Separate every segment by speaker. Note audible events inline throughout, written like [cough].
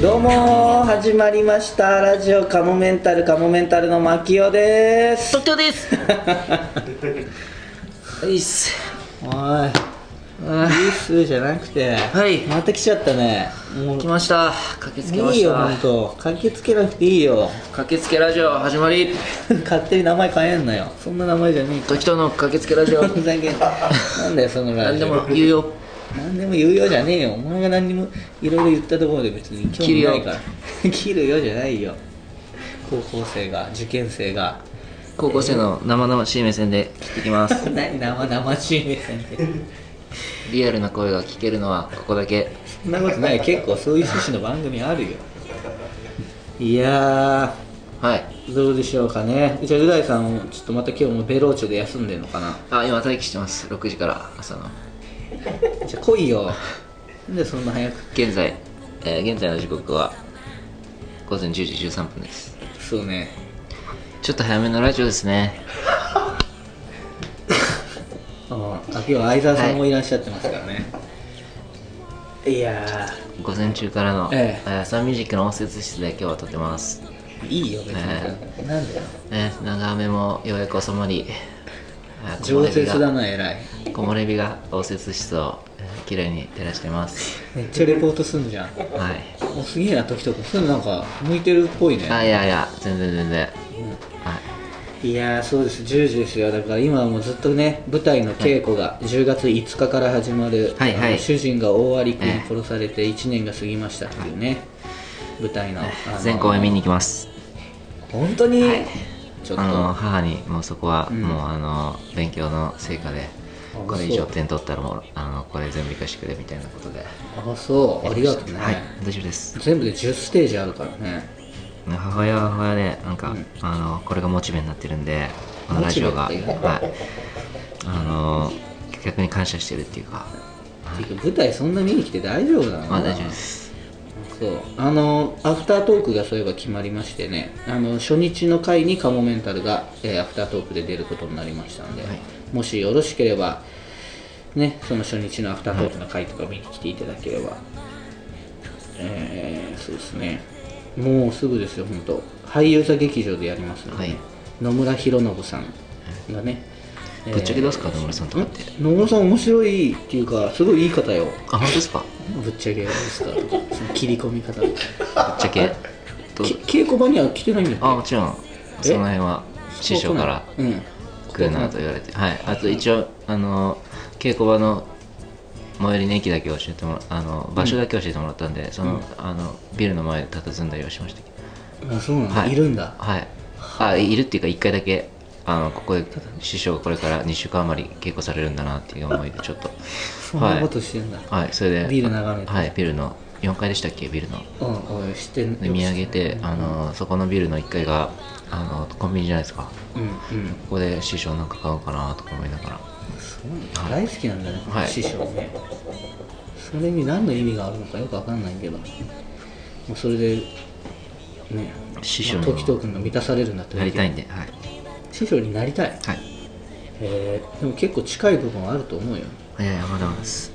Speaker 1: どうも始まりましたラジオカモメンタルカモメンタルの牧雄です
Speaker 2: 東京です
Speaker 1: [laughs] いいっすおいいいっすじゃなくて
Speaker 2: はい
Speaker 1: また来ちゃったねもう
Speaker 2: 来ました駆けつけま
Speaker 1: いい
Speaker 2: し
Speaker 1: よ
Speaker 2: た
Speaker 1: 本当駆けつけなくていいよ [laughs]
Speaker 2: 駆けつけラジオ始まり
Speaker 1: 勝手に名前変えんなよそんな名前じゃね
Speaker 2: 時との駆けつけラジ
Speaker 1: [laughs]
Speaker 2: オ
Speaker 1: えふざけんなんだよそのラ
Speaker 2: 何
Speaker 1: ジ
Speaker 2: で
Speaker 1: オ
Speaker 2: も言うよ
Speaker 1: 何でも言うよじゃねえよお前が何にもいろいろ言ったところで別に興味ないから [laughs] 切るよじゃないよ高校生が受験生が [laughs]
Speaker 2: 高校生の生々しい目線で切ってきます
Speaker 1: 何生々しい目線で
Speaker 2: リアルな声が聞けるのはここだけ
Speaker 1: そんなことない結構そういう趣旨の番組あるよいや
Speaker 2: はい
Speaker 1: ーどうでしょうかねじゃあう大さんちょっとまた今日もベローチョで休んでるのかな
Speaker 2: あ今待機してます6時から朝の
Speaker 1: じゃあ来いよなんでそんな早く
Speaker 2: 現在、えー現在の時刻は午前10時13分です
Speaker 1: そうね
Speaker 2: ちょっと早めのラジオですね
Speaker 1: うんあ今日は相沢さんもいらっしゃってますからね、い、や
Speaker 2: 午前中からの、
Speaker 1: え
Speaker 2: えーサンミュージックの応接室で今日は撮ってます
Speaker 1: ーいいよ別に、なんだよ
Speaker 2: ね、長雨もようやく収まりあ木漏
Speaker 1: 常
Speaker 2: れ日
Speaker 1: 設
Speaker 2: が
Speaker 1: だな偉い
Speaker 2: 木漏れ日が応接室をえー綺麗に照らしてます
Speaker 1: めっちゃレポートすんじゃん
Speaker 2: はい
Speaker 1: もうすげえな時とかそういうのなんか向いてるっぽいね
Speaker 2: あいやいや全然全然、はい
Speaker 1: いやーそうです10時ですよだから今はもうずっとね舞台の稽古が10月5日から始まる、
Speaker 2: はいはい
Speaker 1: あの主人が大有君に
Speaker 2: ええ
Speaker 1: 殺されて1年が過ぎましたっていうね、舞台の、あの
Speaker 2: 全公演見に行きます
Speaker 1: 本当に、ちょっと
Speaker 2: あの母にもうそこは
Speaker 1: ん
Speaker 2: もうあの勉強の成果で
Speaker 1: あ
Speaker 2: これ以
Speaker 1: そ
Speaker 2: 上
Speaker 1: う
Speaker 2: 点取ったらもうあのこれ全部生かしてくれみたいなことで
Speaker 1: あそうありがとうね、
Speaker 2: はい大丈夫です
Speaker 1: 全部で10ステージあるからね
Speaker 2: 母親は母親でなんか、あのこれがモチベになってるんでこのラジオ
Speaker 1: モ
Speaker 2: が、は
Speaker 1: チベ
Speaker 2: い
Speaker 1: っていう、
Speaker 2: あの逆に感謝してるっていうか
Speaker 1: ていうか舞台そんな見に来て大丈夫なの
Speaker 2: まあ大丈夫です
Speaker 1: そうあのアフタートークがそういえば決まりましてねあの初日の回にカモメンタルが、えーアフタートークで出ることになりましたので、
Speaker 2: はい
Speaker 1: もしよろしければねその初日のアフタートークの回とか見に来ていただければ、えーそうですねもうすぐですよ本当俳優座劇場でやりますので、
Speaker 2: はい
Speaker 1: 野村弘信さんがね、
Speaker 2: ぶっちゃけどうすか野村さんとかって
Speaker 1: ん野村さん面白いっていうかすごいいい方よ
Speaker 2: あ本当ですか
Speaker 1: ぶっちゃけですか [laughs] その切り込み方とか
Speaker 2: ぶっちゃけどう
Speaker 1: け稽古場には来てないんだよ
Speaker 2: あもちろん
Speaker 1: え
Speaker 2: その辺は師匠から
Speaker 1: うん
Speaker 2: 来るなと言われてはいあと一応あの稽古場の最寄りの駅だけ教えてもらあの場所だけ教えてもらったんで、その,、あのビルの前で佇んだりはしましたけど
Speaker 1: あそうなんだ、
Speaker 2: はい
Speaker 1: い、るんだ
Speaker 2: はいあいるっていうか1回だけあのここで師匠がこれから2週間余り稽古されるんだなっていう思いでちょっと
Speaker 1: そんなことしてんだ、
Speaker 2: はいそれで
Speaker 1: ビール眺めて
Speaker 2: はいビルの4階でしたっけビルの
Speaker 1: うんおいしてん
Speaker 2: で見上げてあのそこのビルの1階があのコンビニじゃないですか
Speaker 1: うんうん
Speaker 2: ここで師匠なんか買おうかなとか思いながら
Speaker 1: すごいね大好きなんだね、
Speaker 2: はい
Speaker 1: 師匠ねそれに何の意味があるのかよくわかんないけどもうそれでね
Speaker 2: 師匠
Speaker 1: まあ
Speaker 2: の
Speaker 1: 時藤君が満たされるんだって
Speaker 2: やりたいんではい、
Speaker 1: 師匠になりたい
Speaker 2: はい、
Speaker 1: えーでも結構近い部分はあると思うよ
Speaker 2: いやいやまだまだです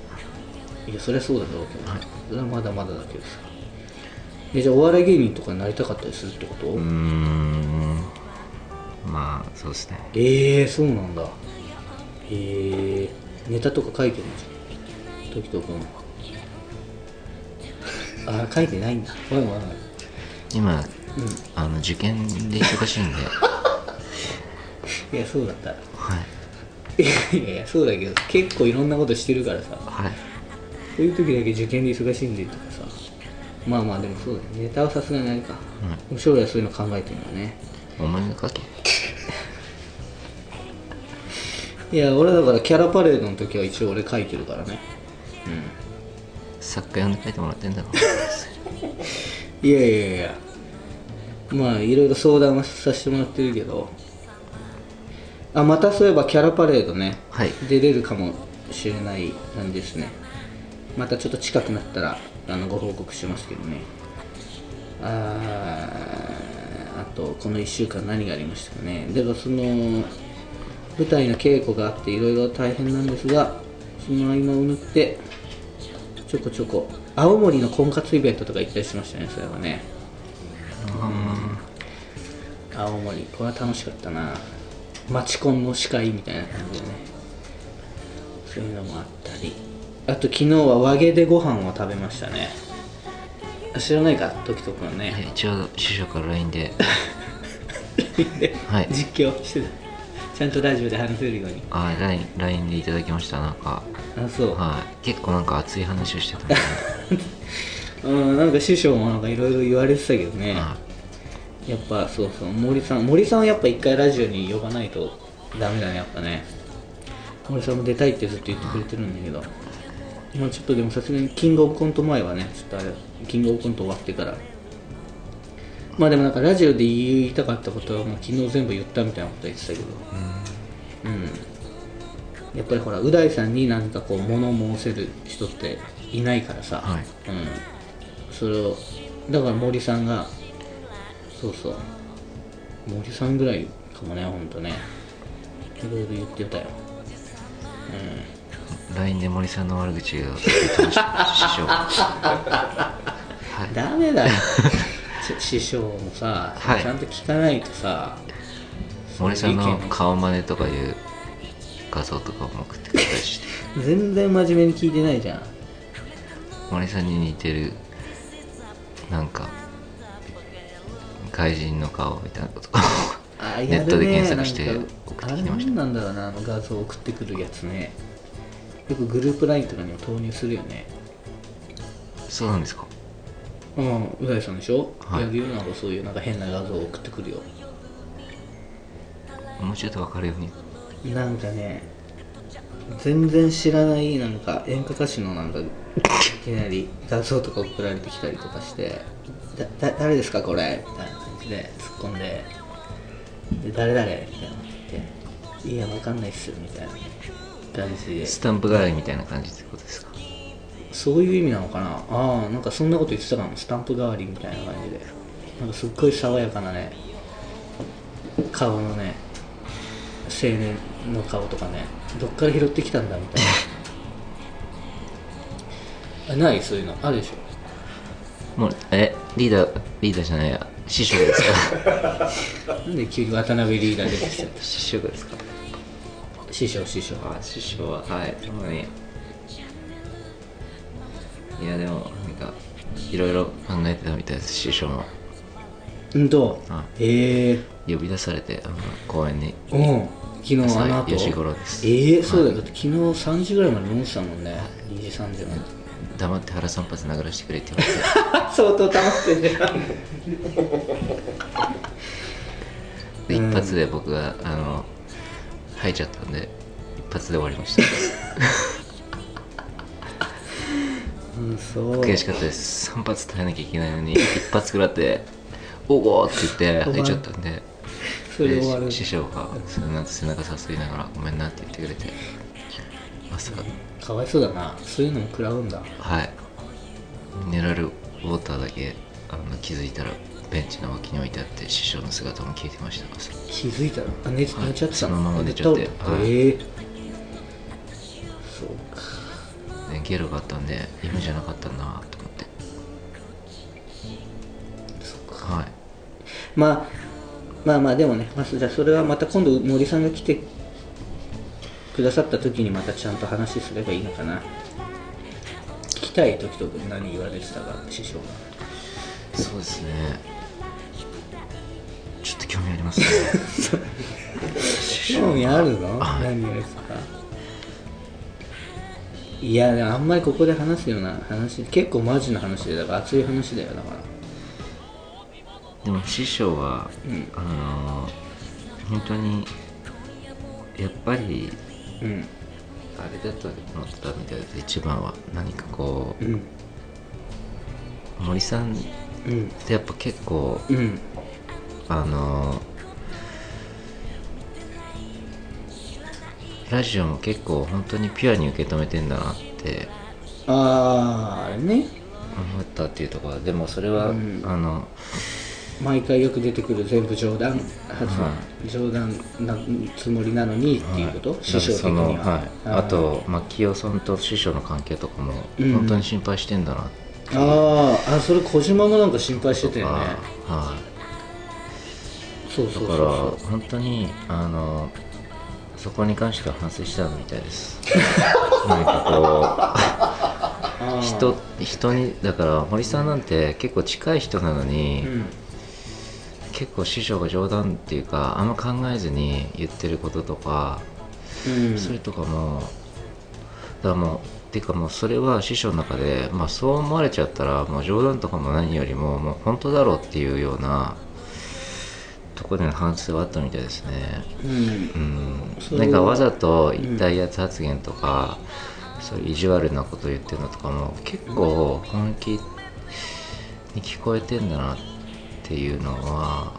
Speaker 1: いやそりゃそうだろうけど、
Speaker 2: はい
Speaker 1: それはまだまだだけどさえじゃあお笑い芸人とかになりたかったりするってこと、
Speaker 2: うーんまあそうですね
Speaker 1: ええー、そうなんだへえー、ネタとか書いてるんじゃん時と君あー書いてないんだおいおいおい
Speaker 2: 今、あの受験で忙しいんで
Speaker 1: いやそうだった
Speaker 2: はい
Speaker 1: いやいやいやそうだけど結構いろんなことしてるからさ
Speaker 2: はい
Speaker 1: そういう時だけ受験で忙しいんでとかさまあまあでもそうだよねネタはさすがにないか、でも将来はそういうの考えてるんだね
Speaker 2: 思いのかけ
Speaker 1: いや俺だからキャラパレードの時は一応俺書いてるからね
Speaker 2: 作家呼んで書いてもらってんだろ
Speaker 1: いやいやいやまあいろいろ相談はさせてもらってるけどあまたそういえばキャラパレードね、
Speaker 2: はい
Speaker 1: 出れるかもしれないなんですねまたちょっと近くなったらあのご報告しますけどねあーあとこの1週間何がありましたかねでもその舞台の稽古があっていろいろ大変なんですがその合間を縫ってちょこちょこ青森の婚活イベントとか行ったりしましたねそれはね青森これは楽しかったな町コンの司会みたいな感じでねそういうのもあったりあと昨日は和毛でご飯を食べましたねあ知らないか時とくんね、
Speaker 2: はいちょうど師匠から LINE ではい
Speaker 1: [laughs] 実況してたちゃんとラジオで話せるように
Speaker 2: あ LINE, LINE でいただきましたなんか
Speaker 1: あそう、
Speaker 2: はい結構なんか熱い話をしてたんで
Speaker 1: [laughs] うんなんか師匠もなんかいろいろ言われてたけどね、
Speaker 2: は
Speaker 1: やっぱそうそう森さん森さんはやっぱ一回ラジオに呼ばないとダメだねやっぱね森さんも出たいってずっと言ってくれてるんだけどもうちょっとでもさすがにキングオブコント前はねちょっとあれキングオブコント終わってからまあでもなんかラジオで言いたかったことはもう昨日全部言ったみたいなこと言ってたけどうんやっぱりほらう大さんに何かこう物を申せる人っていないからさ、
Speaker 2: はい
Speaker 1: うんそれをだから森さんがそうそう森さんぐらいかもねほんとねいろいろ言ってたよ
Speaker 2: い LINE で森さんの悪口を言ってました師匠 [laughs]
Speaker 1: ダメだよし師匠もさ、
Speaker 2: はい
Speaker 1: ちゃんと聞かないとさ
Speaker 2: 森さん
Speaker 1: そういう
Speaker 2: の
Speaker 1: 意見
Speaker 2: 顔真似とかいう画像とかも送ってくれたりして
Speaker 1: 全然真面目に聞いてないじゃん
Speaker 2: 森さんに似てるなんか外人の顔みたいなことかも
Speaker 1: あやるね
Speaker 2: ネットで検索して
Speaker 1: なんか
Speaker 2: 送ってきてま
Speaker 1: あれな
Speaker 2: した
Speaker 1: んなんだろうなあの画像送ってくるやつねよくグループ LINE とかにも投入するよね
Speaker 2: そうなんですか
Speaker 1: うんう大さんでしょ、
Speaker 2: はい
Speaker 1: やるよなんかそういうなんか変な画像送ってくるよ
Speaker 2: もうちょっと分かるように
Speaker 1: なんかね全然知らないなんか演歌歌手のなんかいきなり画像とか送られてきたりとかして「だだ誰ですかこれ?」みたいな感じで突っ込んで「で誰々?」みたいなって「いやわかんないっす」みたいな感じで
Speaker 2: スタンプ代わりみたいな感じってことですか
Speaker 1: そういう意味なのかなああなんかそんなこと言ってたかもスタンプ代わりみたいな感じでなんかすっごい爽やかなね顔のね青年の顔とかねどっから拾ってきたんだみたいな [laughs] あないそういうのあるでしょ
Speaker 2: もうえリーダーリーダーじゃないや師匠ですか
Speaker 1: なんで急に渡辺リーダー出てきちゃっ
Speaker 2: 師匠ですか
Speaker 1: た [laughs] 師匠師匠
Speaker 2: あ師匠ははいたまにいやでもなんかいろいろ考えてたみたいです師匠も
Speaker 1: うんと
Speaker 2: あ
Speaker 1: ええ
Speaker 2: 呼び出されてあの公園に
Speaker 1: うん昨日あの後
Speaker 2: 朝4時頃です
Speaker 1: ええそうだよだって昨日3時ぐらいまで飲んでたもんね2時3時まで
Speaker 2: 黙って腹三発殴らしてくれって言われ
Speaker 1: [laughs]
Speaker 2: て
Speaker 1: 相当溜まってんじゃん
Speaker 2: で一発で僕があの吐いちゃったんで一発で終わりました
Speaker 1: うん、そう。
Speaker 2: 悔しかったです三発耐えなきゃいけないのに一発食らって「おお!」って言って吐いちゃったんで
Speaker 1: それで終わる
Speaker 2: で。師匠がその後背中さすりながら「ごめんな」って言ってくれてまさか
Speaker 1: かわいそうだな。そういうのも食らうんだ。
Speaker 2: はいミネラルウォーターだけあの気づいたらベンチの脇に置いてあって師匠の姿も消えてました朝
Speaker 1: 気づいたら、あ、寝
Speaker 2: はい
Speaker 1: 寝ちゃってた
Speaker 2: そのまま寝ちゃって
Speaker 1: 倒れ
Speaker 2: はい
Speaker 1: ええそうか。
Speaker 2: でゲロがあったんで夢じゃなかったなと思って
Speaker 1: そっか。
Speaker 2: はい
Speaker 1: まあ、まあまあ、でもね、まあ、じゃあそれはまた今度森さんが来てくださった時にまたちゃんと話すればいいのかな。聞きたい時と何言われてたか、師匠が。
Speaker 2: そうですねちょっと興味ありますね
Speaker 1: 興味あるの何がですかいやでもあんまりここで話すような話結構マジな話でだから熱い話だよだから
Speaker 2: でも師匠は、あのー本当にやっぱり
Speaker 1: うん
Speaker 2: あれだと思ってたみたいです一番は何かこ
Speaker 1: うん
Speaker 2: う森さんっ
Speaker 1: うん
Speaker 2: てやっぱ結構
Speaker 1: うん
Speaker 2: あのーラジオも結構本当にピュアに受け止めてんだなって
Speaker 1: あーあれね
Speaker 2: 思ったっていうところでもそれは、
Speaker 1: うん
Speaker 2: あの
Speaker 1: 毎回よく出てくる全部冗談発
Speaker 2: は
Speaker 1: 冗談なつもりなのにっていうこと、師匠的には
Speaker 2: なんかそのはい、あと、まあ、清さんと師匠の関係とかも
Speaker 1: うん
Speaker 2: 本当に心配してんだなっ
Speaker 1: あーあそれ小島もなんか心配してたよね
Speaker 2: はい
Speaker 1: そうそう
Speaker 2: だ
Speaker 1: そ
Speaker 2: か
Speaker 1: う
Speaker 2: ら
Speaker 1: そう
Speaker 2: 本当にあのそこに関しては反省したみたいです
Speaker 1: [laughs]
Speaker 2: なんか
Speaker 1: あ
Speaker 2: こう
Speaker 1: ー
Speaker 2: 人人にだから堀さんなんて結構近い人なのに、
Speaker 1: うん
Speaker 2: 結構師匠が冗談っていうかあんま考えずに言ってることとか、
Speaker 1: うん
Speaker 2: それとかもだからもうていうかもうそれは師匠の中で、まあ、そう思われちゃったらもう冗談とかも何よりももう本当だろうっていうようなところでの反省はあったみたいですね。
Speaker 1: うん
Speaker 2: う
Speaker 1: そ
Speaker 2: ん、
Speaker 1: う
Speaker 2: なんかわざと一体圧発言とか、そういう意地悪なこと言ってるのとかも結構本気に聞こえてんだなっていうのは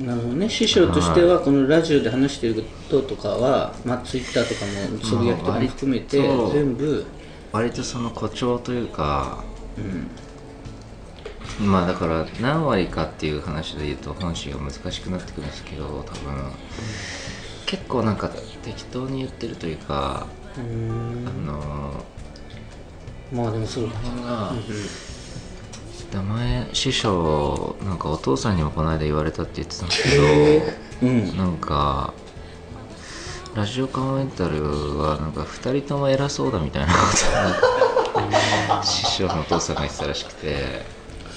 Speaker 1: なるほどね師匠としてはこのラジオで話してることとかは、まあ、ツイッターとかもつぶやきとかも含めて
Speaker 2: まあ割と
Speaker 1: 全部
Speaker 2: 割とその誇張というか
Speaker 1: うん
Speaker 2: まあだから何割かっていう話で言うと本心が難しくなってくるんですけど多分結構なんか適当に言ってるというか、
Speaker 1: うーん
Speaker 2: あの
Speaker 1: まあでもそうだね
Speaker 2: 辺が名前師匠なんかお父さんにもこの間言われたって言ってたんですけ
Speaker 1: うん
Speaker 2: どなんかラジオカモメンタルはなんか2人とも偉そうだみたいなことを師匠のお父さんが言ってたらしくて。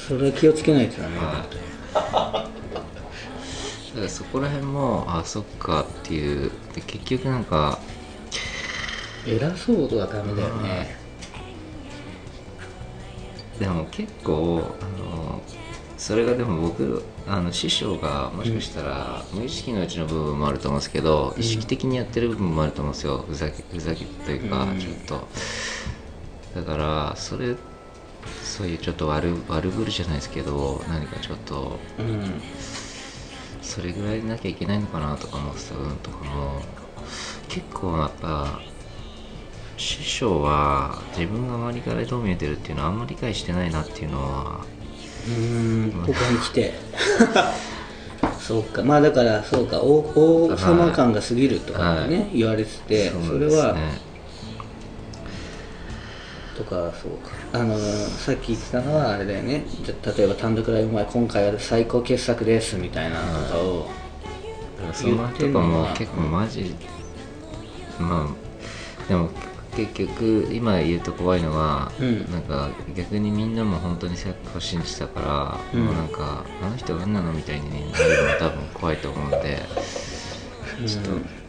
Speaker 1: それは気をつけないとだね、
Speaker 2: はい、だからそこら辺もあそっかっていうで結局なんか
Speaker 1: 偉そうとはダメだよね
Speaker 2: でも結構あのそれがでも僕あの師匠がもしかしたら無意識のうちの部分もあると思うんですけど、意識的にやってる部分もあると思うんですよふざけふざけというか、
Speaker 1: うん
Speaker 2: ちょっとだからそれそういうちょっと悪悪ぶるじゃないですけど何かちょっと
Speaker 1: うん
Speaker 2: それぐらいなきゃいけないのかなとか思ってた部分とかも結構やっぱ師匠は自分が周りからどう見えてるっていうのはあんま理解してないなっていうのは
Speaker 1: うんここに来て [laughs] そうかまあだからそうか王王様感が過ぎるとかね、
Speaker 2: は
Speaker 1: 言われててそ,、
Speaker 2: う
Speaker 1: れ
Speaker 2: です
Speaker 1: は
Speaker 2: ね
Speaker 1: とかそうかあのさっき言ってたのはあれだよねじゃ例えば単独ライブ前今回は最高傑作ですみたいなのとかを、
Speaker 2: だからその辺とかも結構マジまあでも結局今言うと怖いのは、
Speaker 1: うん
Speaker 2: なんか逆にみんなも本当にサッカーを信じたから、
Speaker 1: うん
Speaker 2: もうなんかあの人何なのみたいになるのは多分怖いと思うんで、ちょっ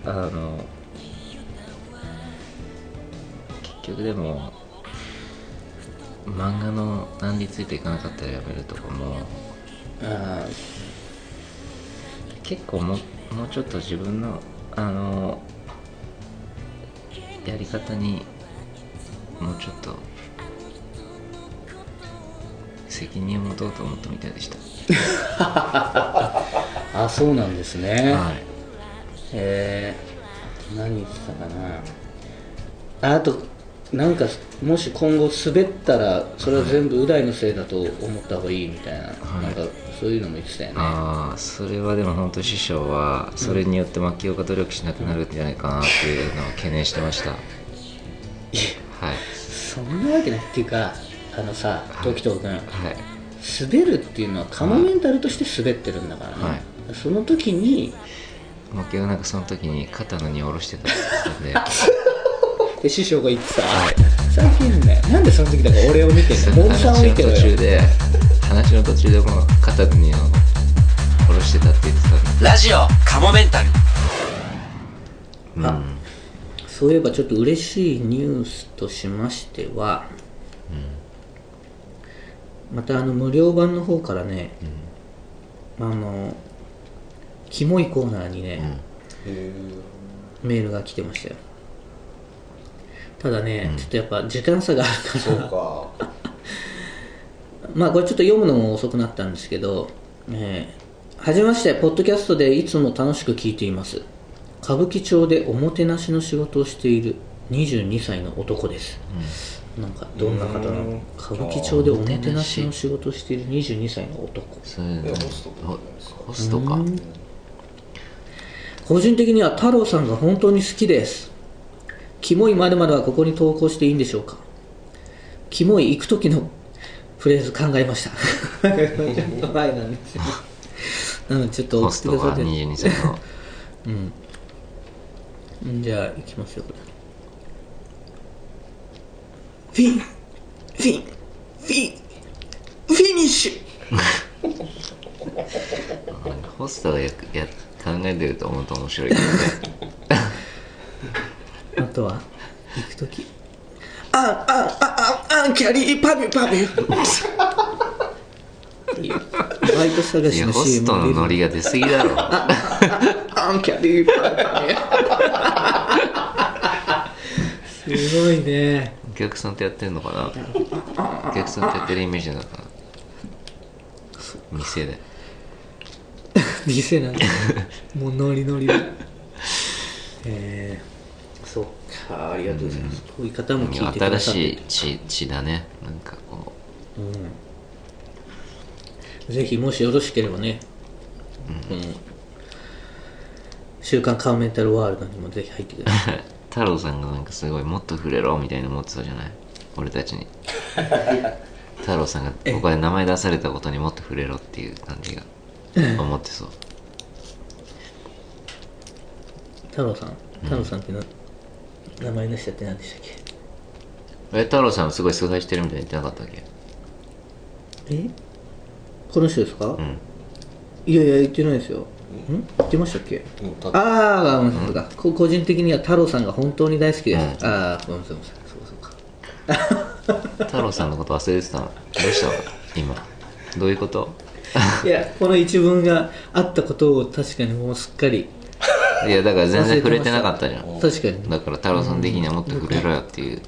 Speaker 2: とあの結局でも漫画の何についていかなかったらやめるとかも
Speaker 1: あ
Speaker 2: 結構もうもうちょっと自分のあのやり方にもうちょっと責任を持とうと思ったみたいでした、
Speaker 1: ーあそうなんですね、
Speaker 2: はい
Speaker 1: えー、何言ってたかなああとなんかもし今後滑ったらそれは全部う大のせいだと思った方がいいみたいな、
Speaker 2: はい
Speaker 1: なんかそういうのも言ってたよね
Speaker 2: ああそれはでも本当師匠はそれによって牧雄が努力しなくなるんじゃないかなっていうのを懸念してました、はい
Speaker 1: そんなわけないっていうかあのさ時藤君
Speaker 2: はい
Speaker 1: 滑るっていうのはカモメンタルとして滑ってるんだからね、
Speaker 2: はい
Speaker 1: その時に
Speaker 2: 牧雄がなんかその時に肩の荷を下ろしてたって言ってたんで
Speaker 1: で師匠が言ってさ「最近ねなんでその時だから俺を見てん
Speaker 2: そ
Speaker 1: の
Speaker 2: の
Speaker 1: 森さんを
Speaker 2: 話
Speaker 1: 見
Speaker 2: の
Speaker 1: てろ
Speaker 2: 途
Speaker 1: よ
Speaker 2: 中」 [laughs] で話の途中でもう肩の荷を下ろしてたって言ってたんで
Speaker 3: ラジオカモメンタル
Speaker 2: うん
Speaker 1: あそういえばちょっと嬉しいニュースとしましては、またあの無料版の方からね、あのキモいコーナーにね、メールが来てましたよただね、ちょっとやっぱ時短差があるから
Speaker 3: か
Speaker 1: [laughs] まあこれちょっと読むのも遅くなったんですけど、えーはじめまして、ポッドキャストでいつも楽しく聞いています。歌舞伎町でおもてなしの仕事をしている22歳の男です。なんかどんな方なの歌舞伎町でおもてなしの仕事をしている22歳の男。
Speaker 2: そういうのホホストか
Speaker 1: 個人的には太郎さんが本当に好きです。キモいまるはここに投稿していいんでしょうかキモい行く時のフレーズ考えましたちょっと前なんですよなのでちょっと
Speaker 2: ホ
Speaker 1: 送っ
Speaker 2: ス
Speaker 1: て
Speaker 2: ト
Speaker 1: くださ
Speaker 2: が
Speaker 1: って
Speaker 2: 22歳の
Speaker 1: うんじゃあ行きますよフィンフィンフィンフィニッシュ
Speaker 2: [laughs] ホストがやや考えてると思うと面白いけ [laughs] ど
Speaker 1: あ
Speaker 2: ね
Speaker 1: とは行く時あんあんあんあんあんキャリーパビュパビュいやバイト探
Speaker 2: い
Speaker 1: し
Speaker 2: や
Speaker 1: の
Speaker 2: ホス
Speaker 1: CM
Speaker 2: トの
Speaker 1: 出る
Speaker 2: ノリが出過ぎだろ
Speaker 1: アンキャリーパンパンすごいね
Speaker 2: お客さんとやってんのかなお客さんとやってるイメージなのかな店で
Speaker 1: 店なんだもうノリノリでえー、そっかありがとうございます、こういう方も聞いてくだ
Speaker 2: 新
Speaker 1: さっ
Speaker 2: してい血血だねなんかこ
Speaker 1: ぜひもしよろしければね、この週刊カウメンタルワールドにもぜひ入ってくだ
Speaker 2: [laughs]
Speaker 1: さ
Speaker 2: う太郎さんがなんかすごいもっと触れろみたいな思ってたじゃない俺たち
Speaker 1: [laughs]
Speaker 2: に太郎さんがここで名前出されたことにもっと触れろっていう感じが思ってそう
Speaker 1: い太郎さん太郎さんってな、名前の人って何でしたっけ
Speaker 2: え太郎さんもすごい崇拝してるみたいに言ってなかったっけ
Speaker 1: えこの人ですか、
Speaker 2: ん
Speaker 1: いやいや言ってないですよん言ってましたっけ
Speaker 3: うんた
Speaker 1: ああごめんなさいそうかこ個人的には太郎さんが本当に大好きです、
Speaker 2: う
Speaker 1: ああごめんなさいごめんなさいそうかそうか
Speaker 2: 太郎さんのこと忘れてたのどうしたの今どういうこと
Speaker 1: いやこの一文があったことを確かにもうすっかり
Speaker 2: いやだから全然触れてなかったじゃん
Speaker 1: 確かに
Speaker 2: だから太郎さん的にはもっと触れろよっていう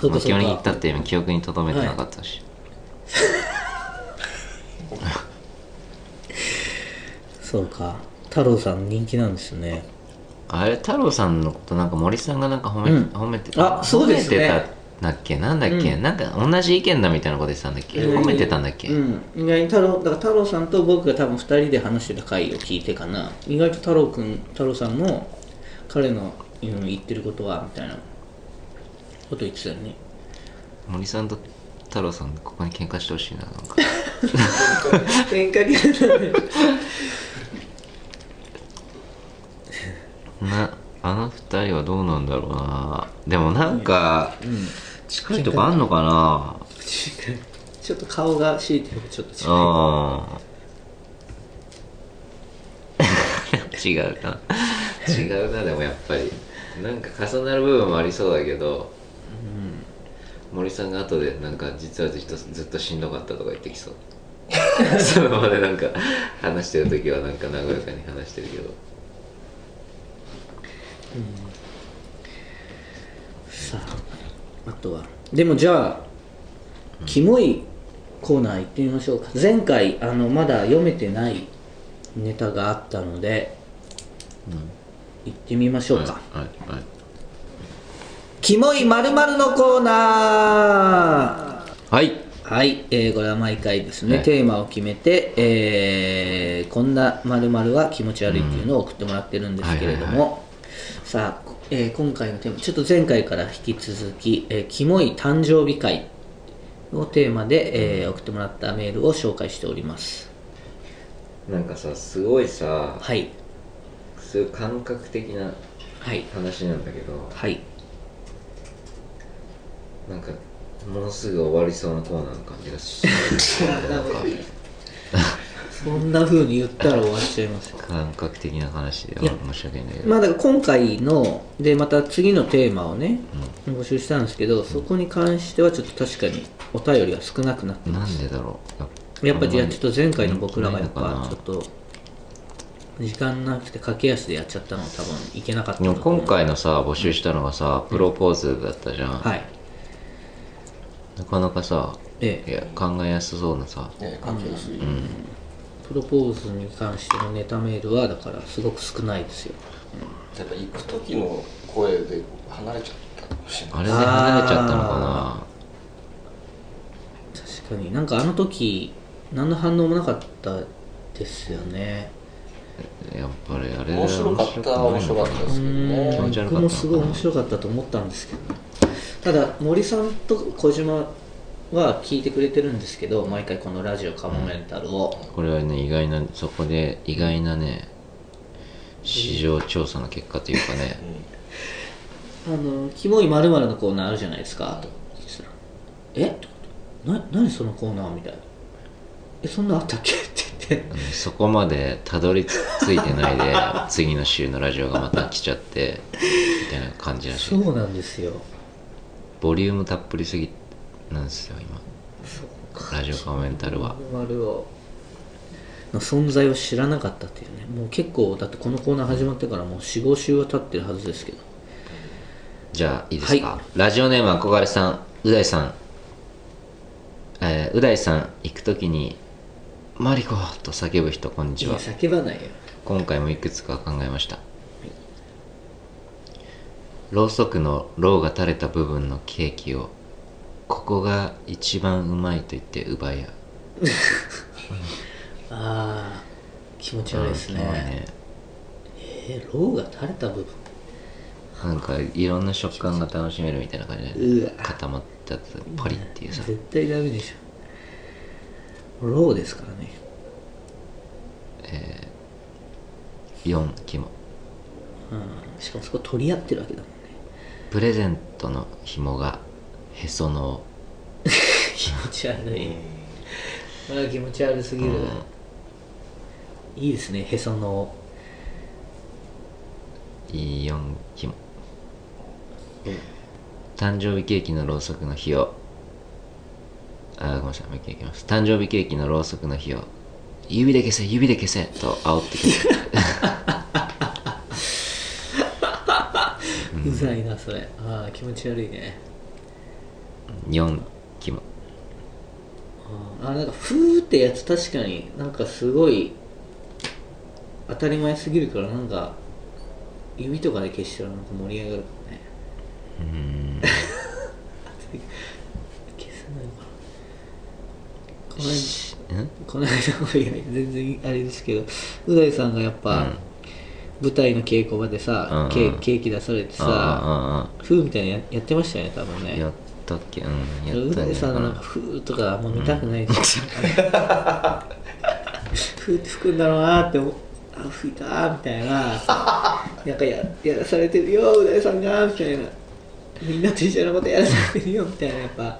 Speaker 1: そう
Speaker 2: ま
Speaker 1: か
Speaker 2: あ
Speaker 1: そ
Speaker 2: 基本的に
Speaker 1: う
Speaker 2: 言った
Speaker 1: か
Speaker 2: って記憶に留めてなかったし、
Speaker 1: そうか太郎さん人気なんですね
Speaker 2: あれ太郎さんのことなんか森さんがなんか褒め,、
Speaker 1: うん
Speaker 2: 褒めて
Speaker 1: あそうですね
Speaker 2: 褒めてたんだっけなんだっけ、なんか同じ意見だみたいなこと言ってたんだっけ、
Speaker 1: うん
Speaker 2: 褒めてたんだっけ、
Speaker 1: うん意外に太郎だから太郎さんと僕が多分2人で話してた回を聞いてかな意外と太郎くん太郎さんも彼のうん言ってることはみたいなこと言ってたよね
Speaker 2: 森さんと太郎さんここに喧嘩してほしいななんか
Speaker 1: [laughs] 喧嘩になる
Speaker 2: なあの二人はどうなんだろうなでもなんか、近いとこあんのかな
Speaker 1: [laughs] ちょっと顔が強いてるちょっと違う
Speaker 2: ああ [laughs] 違うな違うなでもやっぱりなんか重なる部分もありそうだけど、森さんが後でなんか実はずっとずっとしんどかったとか言ってきそう [laughs] その場でなんか話してる時はなんか和やかに話してるけど
Speaker 1: さああとはでもじゃあキモいコーナー行ってみましょうか前回あのまだ読めてないネタがあったので、行ってみましょうか、
Speaker 2: はいはいはい
Speaker 1: キモいまるのコーナー
Speaker 2: はい
Speaker 1: はい、えーこれは毎回ですね、
Speaker 2: はい
Speaker 1: テーマを決めて、えーこんなまるは気持ち悪いっていうのを送ってもらってるんですけれど
Speaker 2: うんはいは
Speaker 1: も、さあ、こえー今回のテーマ、ちょっと前回から引き続き、えーキモい誕生日会をテーマで、えー送ってもらったメールを紹介しております。
Speaker 2: なんかさすごいさ
Speaker 1: はい、
Speaker 2: すごい感覚的な
Speaker 1: はい、
Speaker 2: 話なんだけど
Speaker 1: はい。
Speaker 2: なんかもうすぐ終わりそうなコーナーの感じ
Speaker 1: [laughs]
Speaker 2: がしなんか
Speaker 1: そんな風に言ったら終わっちゃいますよ。
Speaker 2: 感覚的な話で
Speaker 1: いや
Speaker 2: 申し訳ないんだけど、
Speaker 1: まあだから今回のでまた次のテーマをね、募集したんですけどそこに関してはちょっと確かにお便りが少なくなってま
Speaker 2: なん
Speaker 1: す
Speaker 2: でだろう
Speaker 1: やっぱじゃあ
Speaker 2: んま
Speaker 1: ちょっと前回の僕らがやっ
Speaker 2: ないの
Speaker 1: ぱ
Speaker 2: か
Speaker 1: ちょ
Speaker 2: な
Speaker 1: っと時間なくて駆け足でやっちゃったのは多分いけなかった
Speaker 2: で
Speaker 1: の
Speaker 2: も
Speaker 1: かな
Speaker 2: 今回のさ募集したのがさプロポーズだったじゃん、
Speaker 1: はい
Speaker 2: なかなかさ
Speaker 1: え
Speaker 2: いや考えやすそうなさ
Speaker 3: ね関係し
Speaker 1: プロポーズに関してのネタメールはだからすごく少ないですよ
Speaker 3: やっぱ行く時の声で離れちゃったかもしれない
Speaker 2: あれで離れちゃったのか
Speaker 1: 確かになんかあの時何の反応もなかったですよね
Speaker 2: なやっぱりあれで
Speaker 3: 面白かったは面白かったですけど
Speaker 1: う
Speaker 3: ね
Speaker 2: 気
Speaker 1: ん
Speaker 2: 持ち悪かったのかな
Speaker 1: 僕もすごい面白かったと思ったんですけどただ森さんと小島は聞いてくれてるんですけど毎回このラジオ「カモメンタル」を、
Speaker 2: これはね意外なそこで意外なね市場調査の結果というかね
Speaker 1: あの「キモいまるのコーナーあるじゃないですかとしたら「えな何そのコーナー?」みたいな「えそんなあったっけ?」って言って
Speaker 2: うんそこまでたどり着いてないで次の週のラジオがまた来ちゃってみたいな感じらしい
Speaker 1: そうなんですよ
Speaker 2: ボリュームたっぷりすぎなんですよ今ラジオカモメンタルは
Speaker 1: まるをの存在を知らなかったっていうねもう結構だってこのコーナー始まってからもう45週は経ってるはずですけど
Speaker 2: じゃあいいですか、
Speaker 1: は
Speaker 2: ラジオネーム憧れさんう大さんえーう大、さん行く時に「マリコ!」と叫ぶ人こんにち
Speaker 1: いや
Speaker 2: は
Speaker 1: 叫ばないよ
Speaker 2: 今回もいくつか考えました、ろうそくのろうが垂れた部分のケーキをここが一番うまいと言って奪い合う
Speaker 1: ああ気持ち悪いですね,、
Speaker 2: うん
Speaker 1: えー、ローが垂れた部分
Speaker 2: なんかいろんな食感が楽しめるみたいな感じ
Speaker 1: うわ
Speaker 2: で固まったやつパリっていうさ
Speaker 1: 絶対ダメでしょローですからね
Speaker 2: 4キモ
Speaker 1: うんしかもそこ取り合ってるわけだもんね [laughs]
Speaker 2: プレゼントの紐がへその
Speaker 1: 気持ち悪いこれは気持ち悪すぎる、いいですねへその
Speaker 2: 4キモ誕生日ケーキのろうそくの火をあごめんなさいもう一回いきます誕生日ケーキのろうそくの火を指で消せ指で消せと煽ってくる
Speaker 1: うざいなそれああ気持ち悪いね
Speaker 2: 4キモ
Speaker 1: あーあなんかフーってやつ確かになんかすごい当たり前すぎるからなんか指とかで消したらなんか盛り上がるかもね
Speaker 2: うーん
Speaker 1: 消せないかなこの間
Speaker 2: しん
Speaker 1: この間いや全然あれですけどう大さんがやっぱ、
Speaker 2: うん
Speaker 1: 舞台の稽古場で
Speaker 2: うんう
Speaker 1: さ
Speaker 2: ん、
Speaker 1: ケーケーキ出されてさ
Speaker 2: あ
Speaker 1: フーみたいなのややってましたよね多分
Speaker 2: ーあーあーや
Speaker 1: ね
Speaker 2: ったっけうんや
Speaker 1: う
Speaker 2: ったん
Speaker 1: 大
Speaker 2: じゃ
Speaker 1: さん
Speaker 2: な
Speaker 1: の
Speaker 2: いか
Speaker 1: なん
Speaker 2: な
Speaker 1: かフーとかあんま見たくない [laughs] じゃんフーって吹くんだろうなって思あ吹いたーみたいななんかややらされてるよう大さんがみたいなみんなと一緒なことやらされてるよみたいなやっぱ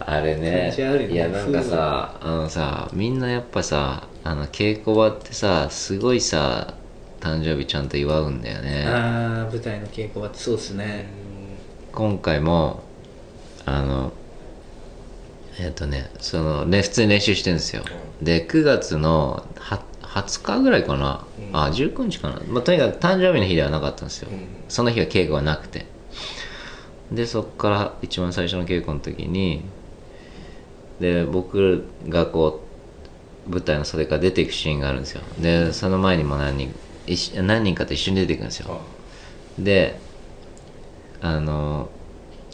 Speaker 2: あれ
Speaker 1: 感
Speaker 2: ね
Speaker 1: じあるよね
Speaker 2: いやなんかさあのさみんなやっぱさあの稽古場ってさすごいさ誕生日ちゃんと祝うんだよね
Speaker 1: あー舞台の稽古場ってそうですね
Speaker 2: 今回もあのえっ、とねそのね普通に練習してるんですよで9月のは20日ぐらいかな、
Speaker 3: うん
Speaker 2: あ19日かな、まあ、とにかく誕生日の日ではなかったんですよ、
Speaker 3: うん
Speaker 2: その日は稽古はなくてでそっから一番最初の稽古の時にで僕がこう舞台の袖から出ていくシーンがあるんですよでその前にも何人一緒何人かと一緒に出ていくんですよ、であの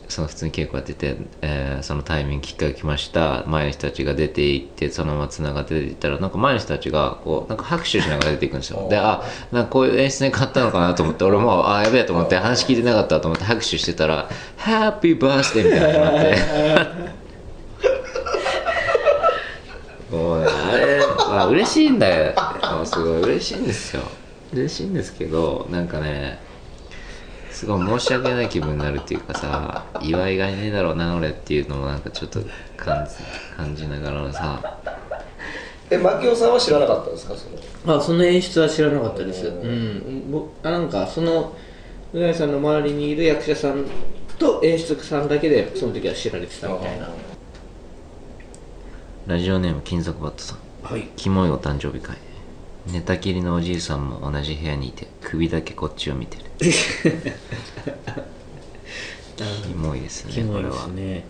Speaker 2: その普通に稽古やってて、えーそのタイミングきっかけ来ました前の人たちが出ていってそのままつながって出ていったらなんか前の人たちがこうなんか拍手しながら出ていくんですよであなんかこういう演出に変わったのかなと思って俺もあやべえと思って話聞いてなかったと思って拍手してたら「ハッピーバースデー」みたいなのになって。もうねあれ、まあ、嬉しいんだよもうすごい嬉しいんですよ嬉しいんですけどなんかねすごい申し訳ない気分になるっていうかさ祝いがいねえだろうな俺っていうのもなんかちょっと感じ感じながらのさ
Speaker 3: えマキオさんは知らなかったんですかそれ
Speaker 1: あその演出は知らなかったです、う
Speaker 3: うん
Speaker 1: ん、ぼあなんかその浦井さんの周りにいる役者さんと演出家さんだけでその時は知られてたみたいな
Speaker 2: ラジオネーム金属バットさん
Speaker 1: はい
Speaker 2: キモいお誕生日会寝たきりのおじいさんも同じ部屋にいて首だけこっちを見てるキモいですね
Speaker 1: キモ
Speaker 2: こ
Speaker 1: い
Speaker 2: れ
Speaker 1: で
Speaker 2: は
Speaker 1: すね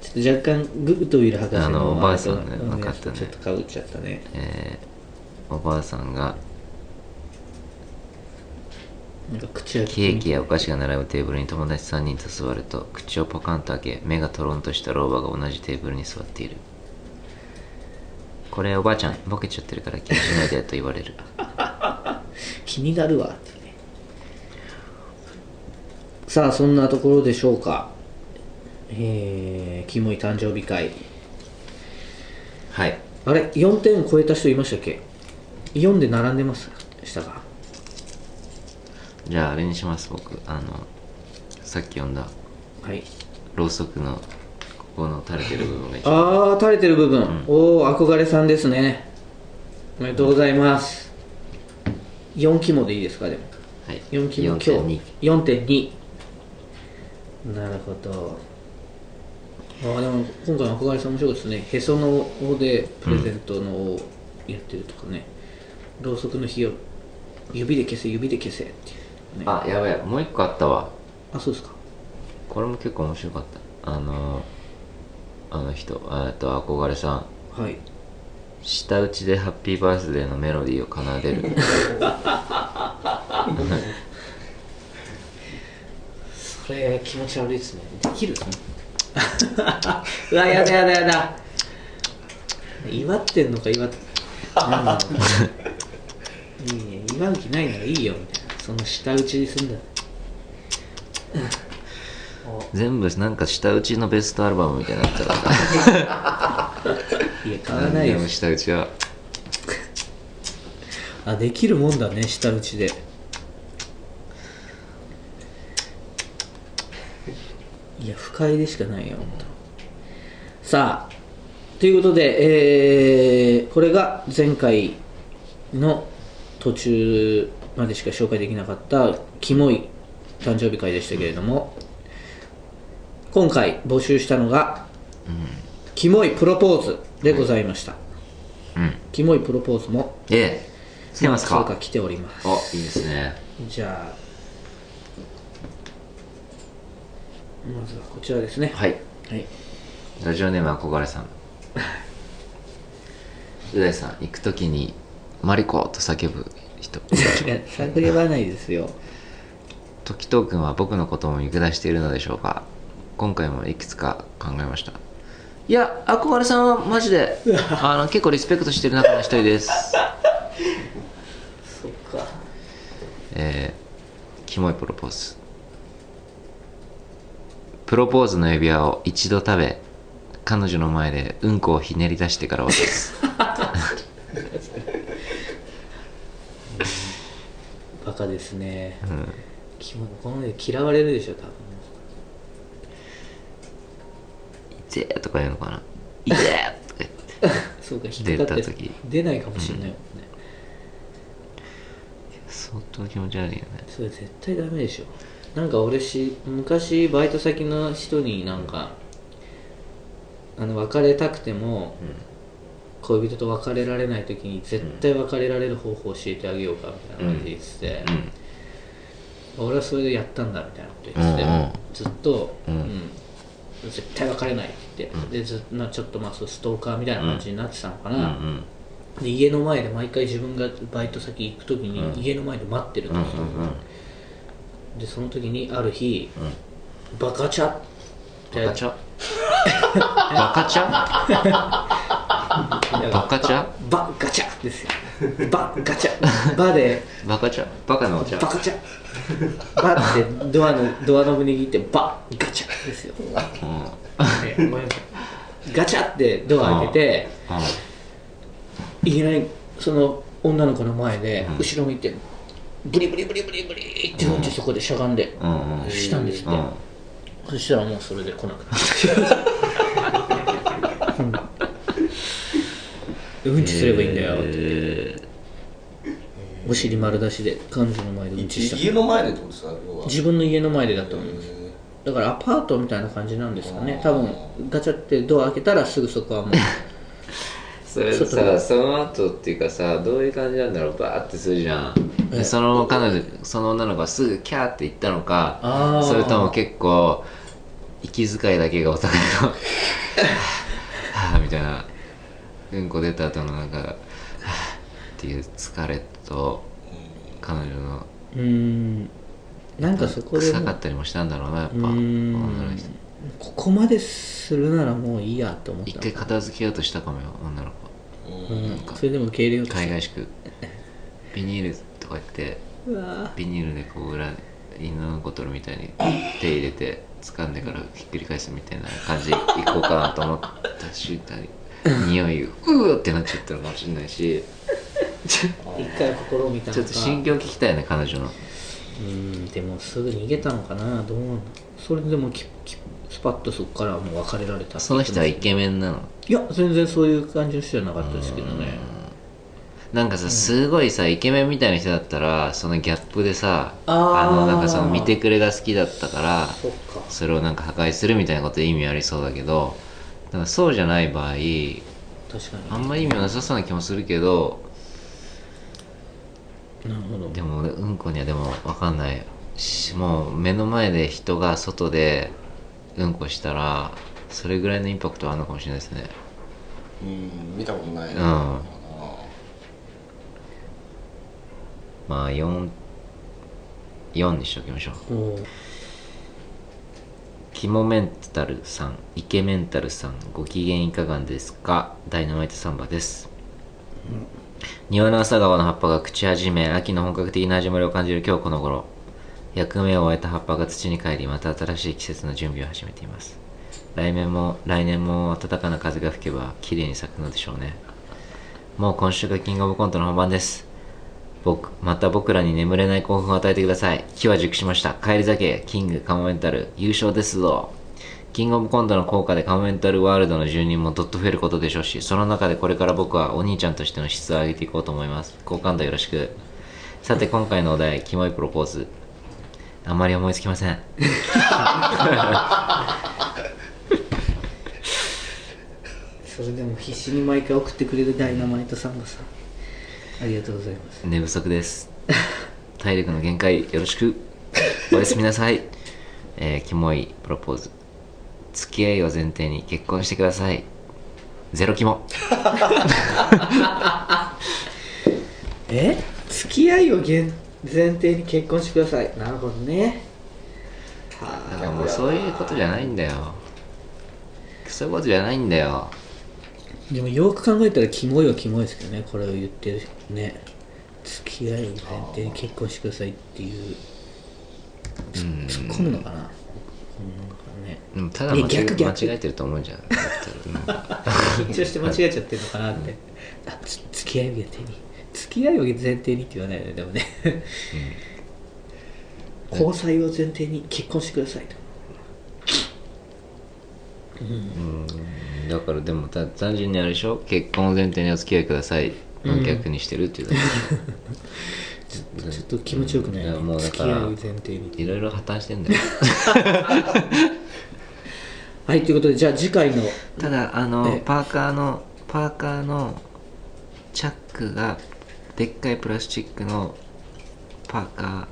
Speaker 1: ちょっと若干グーとウィル博士
Speaker 2: あの
Speaker 1: の
Speaker 2: おばあさんの
Speaker 1: あれと
Speaker 2: なんかあったね
Speaker 1: ちょっとかぶっちゃったね
Speaker 2: えーおばあさんが
Speaker 1: なんか口開き
Speaker 2: ケーキやお菓子が並ぶテーブルに友達3人と座ると口をポカンと開け目がトロンとした老婆が同じテーブルに座っているこれおばあちゃんボケちゃってるから気にしないでと言われる
Speaker 1: 気になるわってねさあそんなところでしょうかえー、キモい誕生日会
Speaker 2: [laughs] はい
Speaker 1: あれ4点超えた人いましたっけ4で並んでますしたか
Speaker 2: じゃああれにします僕あのさっき読んだ
Speaker 1: はい
Speaker 2: ろうそくのここの垂れてる部分が一番
Speaker 1: ああ垂れてる部分、おお憧れさんですねおめでとうございます4キモでいいですかでも
Speaker 2: はい
Speaker 1: 4キモ今日
Speaker 2: 4.2
Speaker 1: 4.2なるほどああでも今回の憧れさん面白いですねへその緒でプレゼントの緒をやってるとかね、ろうそくの火を指で消せ指で消せっていう、ね、
Speaker 2: あやばいもう一個あったわ
Speaker 1: あそうですか
Speaker 2: これも結構面白かったあのあの人えっと憧れさん
Speaker 1: はい
Speaker 2: 舌打ちでハッピーバースデーのメロディーを奏で [laughs] る
Speaker 1: それ気持ち悪いですねできる [laughs] うわやだやだやだ祝ってんのか祝ってなんだろう [laughs] いいね祝う気ないならいいよみたいなその舌打ちにすんだ
Speaker 2: 全部なんか舌打ちのベストアルバムみたいになっちゃった
Speaker 1: いや買わないよ
Speaker 2: でも舌打ちは
Speaker 1: あできるもんだね舌打ちでいや不快でしかないよ本当さあということで、えーこれが前回の途中までしか紹介できなかったキモい誕生日会でしたけれども、今回募集したのが、キモいプロポーズでございました、
Speaker 2: うん
Speaker 1: キモいプロポーズも
Speaker 2: ええ来てます
Speaker 1: そう
Speaker 2: か
Speaker 1: か来ております
Speaker 2: おいいですね
Speaker 1: じゃあまずはこちらですね
Speaker 2: はい
Speaker 1: はい
Speaker 2: ラジオネーム憧れ [laughs] さんう大さん行く時に「マリコ!」と叫ぶ人
Speaker 1: いや探れはないですよ
Speaker 2: 時藤君は僕のことも見下しているのでしょうか今回もいくつか考えましたいや憧れさんはマ
Speaker 1: [laughs]
Speaker 2: ジであの結構リスペクトしてる中の一人です
Speaker 1: そっか
Speaker 2: えーキモいプロポーズプロポーズの指輪を一度食べ彼女の前でうんこをひねり出してから渡す
Speaker 1: [laughs] バカですね
Speaker 2: うん
Speaker 1: きもこの世で嫌われるでしょ多分
Speaker 2: 「ぜ」とか言うのかな「いぜ」とか言って
Speaker 1: そうか引っかかって
Speaker 2: 出た時
Speaker 1: 出ないかもしれないもんね、
Speaker 2: 相当気持ち悪いよね
Speaker 1: それ絶対ダメでしょなんか俺し昔バイト先の人になんかあの別れたくても、恋人と別れられない時に絶対別れられる方法を教えてあげようかみたいな感じで言ってて、俺はそれでやったんだみたいなこと言ってて、
Speaker 2: うんうん
Speaker 1: ずっと、
Speaker 2: う
Speaker 1: うんん絶対別れないって言って、でずっとなちょっとまあそうストーカーみたいな感じになってたのかな、
Speaker 2: うんうん
Speaker 1: で家の前で毎回自分がバイト先行く時に家の前で待ってるん
Speaker 2: うんう
Speaker 1: で
Speaker 2: ん
Speaker 1: すよ、
Speaker 2: うん
Speaker 1: でその時にある日、
Speaker 2: うん
Speaker 1: バカチャっ
Speaker 2: バ
Speaker 1: て
Speaker 2: カチャバカチャバカチャ
Speaker 1: バガチャですよバガチャバで
Speaker 2: バカチャバカのお茶
Speaker 1: バカチャバってドアのドアノブ握ってバガチャです
Speaker 2: [laughs]
Speaker 1: よ、
Speaker 2: うん
Speaker 1: ねごめんなさいガチャってドア開けて、いきなりその女の子の前で後ろ向いてブリブリブリブリブリってうんちそこでしゃがんで
Speaker 2: うんうんうん
Speaker 1: したんですって、
Speaker 2: うん
Speaker 1: そしたらもうそれで来なくなった。うんちすればいいんだよって、お尻丸出しで彼女の前でうんちした
Speaker 3: 家の前でってことですか要は
Speaker 1: 自分の家の前でだと思いますだからアパートみたいな感じなんですかね多分ガチャってドア開けたらすぐそこはもう
Speaker 2: それさその後っていうかさどういう感じなんだろうバーってするじゃんでその彼女その女の子はすぐキャーって言ったのか
Speaker 1: あー
Speaker 2: それとも結構息遣いだけがお互いのはぁはぁみたいなうんこ出た後のなんかはぁっていう疲れと彼女の
Speaker 1: うーんなんかそこでも
Speaker 2: 臭
Speaker 1: う
Speaker 2: かったりもしたんだろうなやっぱ
Speaker 1: うーん
Speaker 2: 女の人
Speaker 1: ここまでするならもういいやと思っ
Speaker 2: 一
Speaker 1: た
Speaker 2: 回片付けようとしたかもよ女の子
Speaker 1: うん、それでも受け入れようと
Speaker 2: 海外しくビニールとか言って
Speaker 1: うわ
Speaker 2: ビニールでこう裏犬ボトルみたいに手入れて掴んでからひっくり返すみたいな感じでいこうかなと思ったし匂いうーってなっちゃったのかもしれないしちょ
Speaker 1: 一回試みたのか
Speaker 2: ちょっと心境聞きたいね彼女の
Speaker 1: うんでもすぐ逃げたのかなどうなのそれでもききスパッとそこからもう別れられた
Speaker 2: その人はイケメンなの
Speaker 1: いや全然そういう感じの人じゃなかったですけどね
Speaker 2: なんかさすごいさイケメンみたいな人だったらそのギャップでさ
Speaker 1: あー
Speaker 2: あのなんかその見てくれが好きだったから
Speaker 1: そっか
Speaker 2: それをなんか破壊するみたいなことで意味ありそうだけどだからそうじゃない場合
Speaker 1: 確か
Speaker 2: あんまり意味はなさそうな気もするけど
Speaker 1: になるほど
Speaker 2: でも俺うんこにはでも分かんないしもう目の前で人が外でうんこしたらそれぐらいのインパクトはあるのかもしれないですね
Speaker 3: うん見たことない
Speaker 2: うん
Speaker 3: な
Speaker 2: まあ44にしときましょう
Speaker 1: おー
Speaker 2: キモメンタルさんイケメンタルさんご機嫌いかがですかダイナマイトサンバです、庭の朝顔の葉っぱが朽ち始め秋の本格的な始まりを感じる今日この頃役目を終えた葉っぱが土に帰りまた新しい季節の準備を始めています来年も来年も暖かな風が吹けば綺麗に咲くのでしょうねもう今週がキングオブコントの本番です僕また僕らに眠れない興奮を与えてください気は熟しました帰り酒キングカモメンタル優勝ですぞキングオブコントの効果でカモメンタルワールドの住人もどっと増えることでしょうしその中でこれから僕はお兄ちゃんとしての質を上げていこうと思います好感度よろしくさて今回のお題キモいプロポーズあまり思いつきません
Speaker 1: それでも必死に毎回送ってくれるダイナマイトさんがさありがとうございます
Speaker 2: 寝不足です [laughs] 体力の限界よろしくおやすみなさい、 [laughs] えーキモいプロポーズ付き合いを前提に結婚してくださいゼロキモ
Speaker 1: え付き合いをげん前提に結婚してくださいなるほどねは
Speaker 2: だからもうそういうことじゃないんだよそういうことじゃないんだよ
Speaker 1: あでもよく考えたらキモいはキモいですけどねこれを言ってるね付き合いを前提に結婚してくださいっていうつ突っ込むのかな突っ込むのかね
Speaker 2: でもただ
Speaker 1: い
Speaker 2: 間
Speaker 1: や
Speaker 2: 違
Speaker 1: 逆逆
Speaker 2: 間違えてると思うんじゃんだったらなんか
Speaker 1: 緊張して間違えちゃってるのかなって、あつ付き合いを前提に付き合いを前提にって言わないよねでもね、交際を前提に結婚してくださいと
Speaker 2: うんだからでもた単純にあれでしょ結婚を前提にお付き合いくださいの逆にしてるっていうだけでし
Speaker 1: ち
Speaker 2: ょ
Speaker 1: ょっと気持ちよくない,、
Speaker 2: いやもうだ
Speaker 1: 付き
Speaker 2: か
Speaker 1: 合い
Speaker 2: ら
Speaker 1: を前提に [laughs]
Speaker 2: いろいろ破綻してんだよ
Speaker 1: はいということでじゃあ次回の
Speaker 2: ただあ
Speaker 1: え
Speaker 2: のパーカーのパーカーのチャックがでっかいプラスチックのパーカ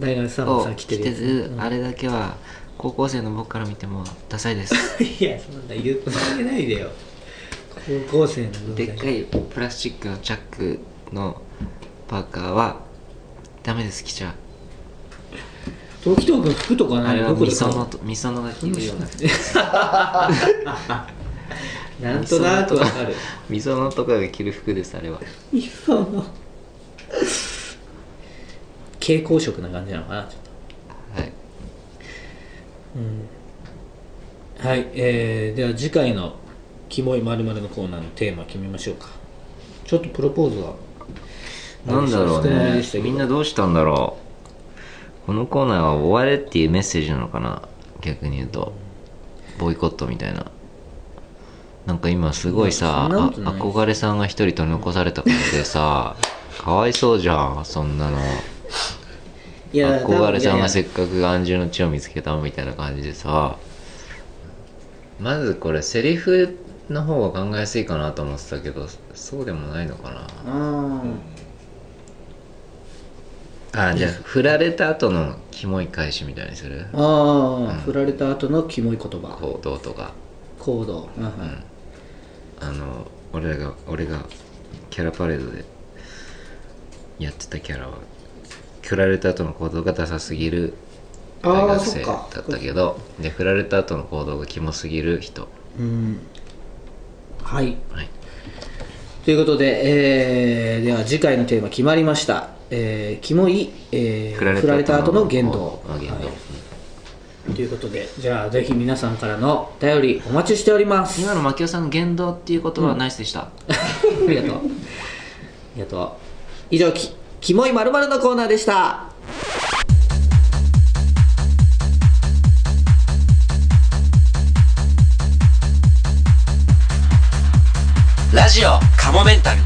Speaker 1: 大学さ
Speaker 2: ー
Speaker 1: んも
Speaker 2: を
Speaker 1: さん
Speaker 2: 着
Speaker 1: 来て
Speaker 2: て
Speaker 1: るやつ
Speaker 2: るあれだけは高校生の僕から見てもダサいです
Speaker 1: [laughs] いやそんな言うつもりないでよ高校生の分
Speaker 2: でっかいプラスチックのチャックのパーカーはダメです着ちゃう
Speaker 1: 時藤君服とか
Speaker 2: あ
Speaker 1: ない
Speaker 2: れ
Speaker 1: のど
Speaker 2: は
Speaker 1: こ
Speaker 2: ミ
Speaker 1: で
Speaker 2: ソ
Speaker 1: 買う
Speaker 2: ノ
Speaker 1: の
Speaker 2: とミソノが着て
Speaker 1: [laughs]
Speaker 2: るような
Speaker 1: なんとなくわかる
Speaker 2: ミソノとかが着る服ですあれは
Speaker 1: 今の蛍光色な感じなのかなちょっと
Speaker 2: はい
Speaker 1: はい、えー、では次回の「キモいまるのコーナーのテーマ決めましょうかちょっとプロポーズは
Speaker 2: なんだろう
Speaker 1: 少なめ
Speaker 2: ね
Speaker 1: でしたけど
Speaker 2: みんなどうしたんだろうこのコーナーは終われっていうメッセージなのかな逆に言うとボイコットみたいななんか今すごいさ
Speaker 1: いやそんなこと
Speaker 2: あ
Speaker 1: ない
Speaker 2: 憧れさんが一人取り残されたこと
Speaker 1: [laughs]
Speaker 2: でさかわいそうじゃんそんなの
Speaker 1: いや
Speaker 2: 憧れさんがせ
Speaker 1: い
Speaker 2: っかく安住の地を見つけたみたいな感じでさまずこれセリフの方が考えやすいかなと思ってたけどそうでもないのかな
Speaker 1: やあー
Speaker 2: あじゃあ振られた後のキモい返しみたいにする
Speaker 1: あー振られた後のキモい言葉
Speaker 2: 行動とか
Speaker 1: 行動、うんうん
Speaker 2: あの俺らが俺がキャラパレードでやってたキャラは振られた後の行動がダサすぎる
Speaker 1: あー
Speaker 2: 大学生
Speaker 1: そっか
Speaker 2: だったけどで振られた後の行動がキモすぎる人
Speaker 1: うんはい
Speaker 2: はい
Speaker 1: ということで、えーでは次回のテーマ決まりました。えーキモい、えー振られた後の言動。
Speaker 2: あ言動
Speaker 1: はいということで、じゃあぜひ皆さんからのお便りお待ちしており [laughs] ます。
Speaker 2: 今の牧雄さんの言動っていうことはナイスでした、
Speaker 1: ありがとう。ありがとう。以上、き、キモいまるのコーナーでした。
Speaker 2: ラジオカモメンタル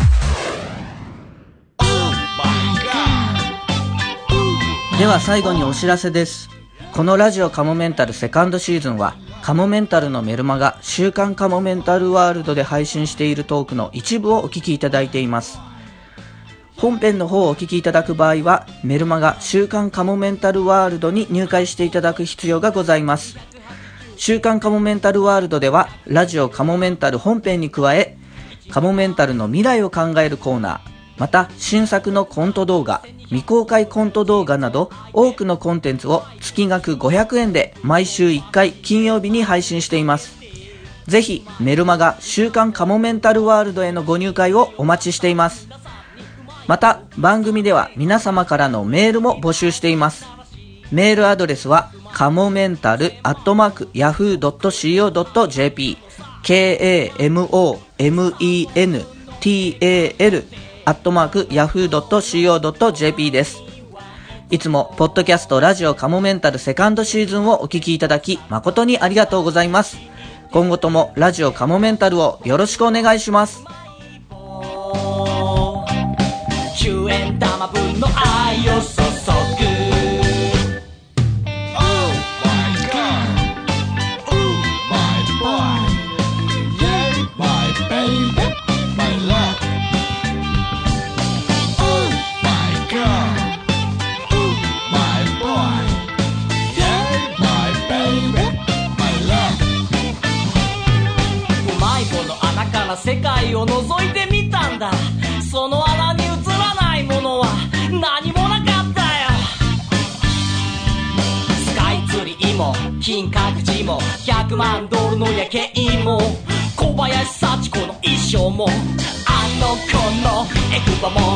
Speaker 1: では最後にお知らせです。このラジオカモメンタルセカンドシーズンは、カモメンタルのメルマガ、週刊カモメンタルワールドで配信しているトークの一部をお聞きいただいています。本編の方をお聞きいただく場合は、メルマガ、週刊カモメンタルワールドに入会していただく必要がございます。週刊カモメンタルワールドでは、ラジオカモメンタル本編に加え、カモメンタルの未来を考えるコーナー、また新作のコント動画、未公開コント動画など多くのコンテンツを月額500円で毎週1回金曜日に配信しています。ぜひメルマガ週刊カモメンタルワールドへのご入会をお待ちしています。また番組では皆様からのメールも募集しています。メールアドレスは、かもメンタルアットマーク、ヤフー .co.jp、k-a-m-o-m-e-n-t-a-l アットマーク、ヤフー .co.jp です。いつも、ポッドキャストラジオカモメンタルセカンドシーズンをお聞きいただき、誠にありがとうございます。今後ともラジオカモメンタルをよろしくお願いします。
Speaker 4: 10円玉分の愛を注ぐ
Speaker 5: Oh my god! Oh my boy! Yay, my baby, my love! Oh my god! Oh my boy! Yay, my baby, my love!
Speaker 4: うまい棒の穴から世界を覗いてみたんだその穴に映らないものは何もなかったよスカイツリーも金閣寺も100万ドルの夜景も小林幸子の衣装もあの子のエクバも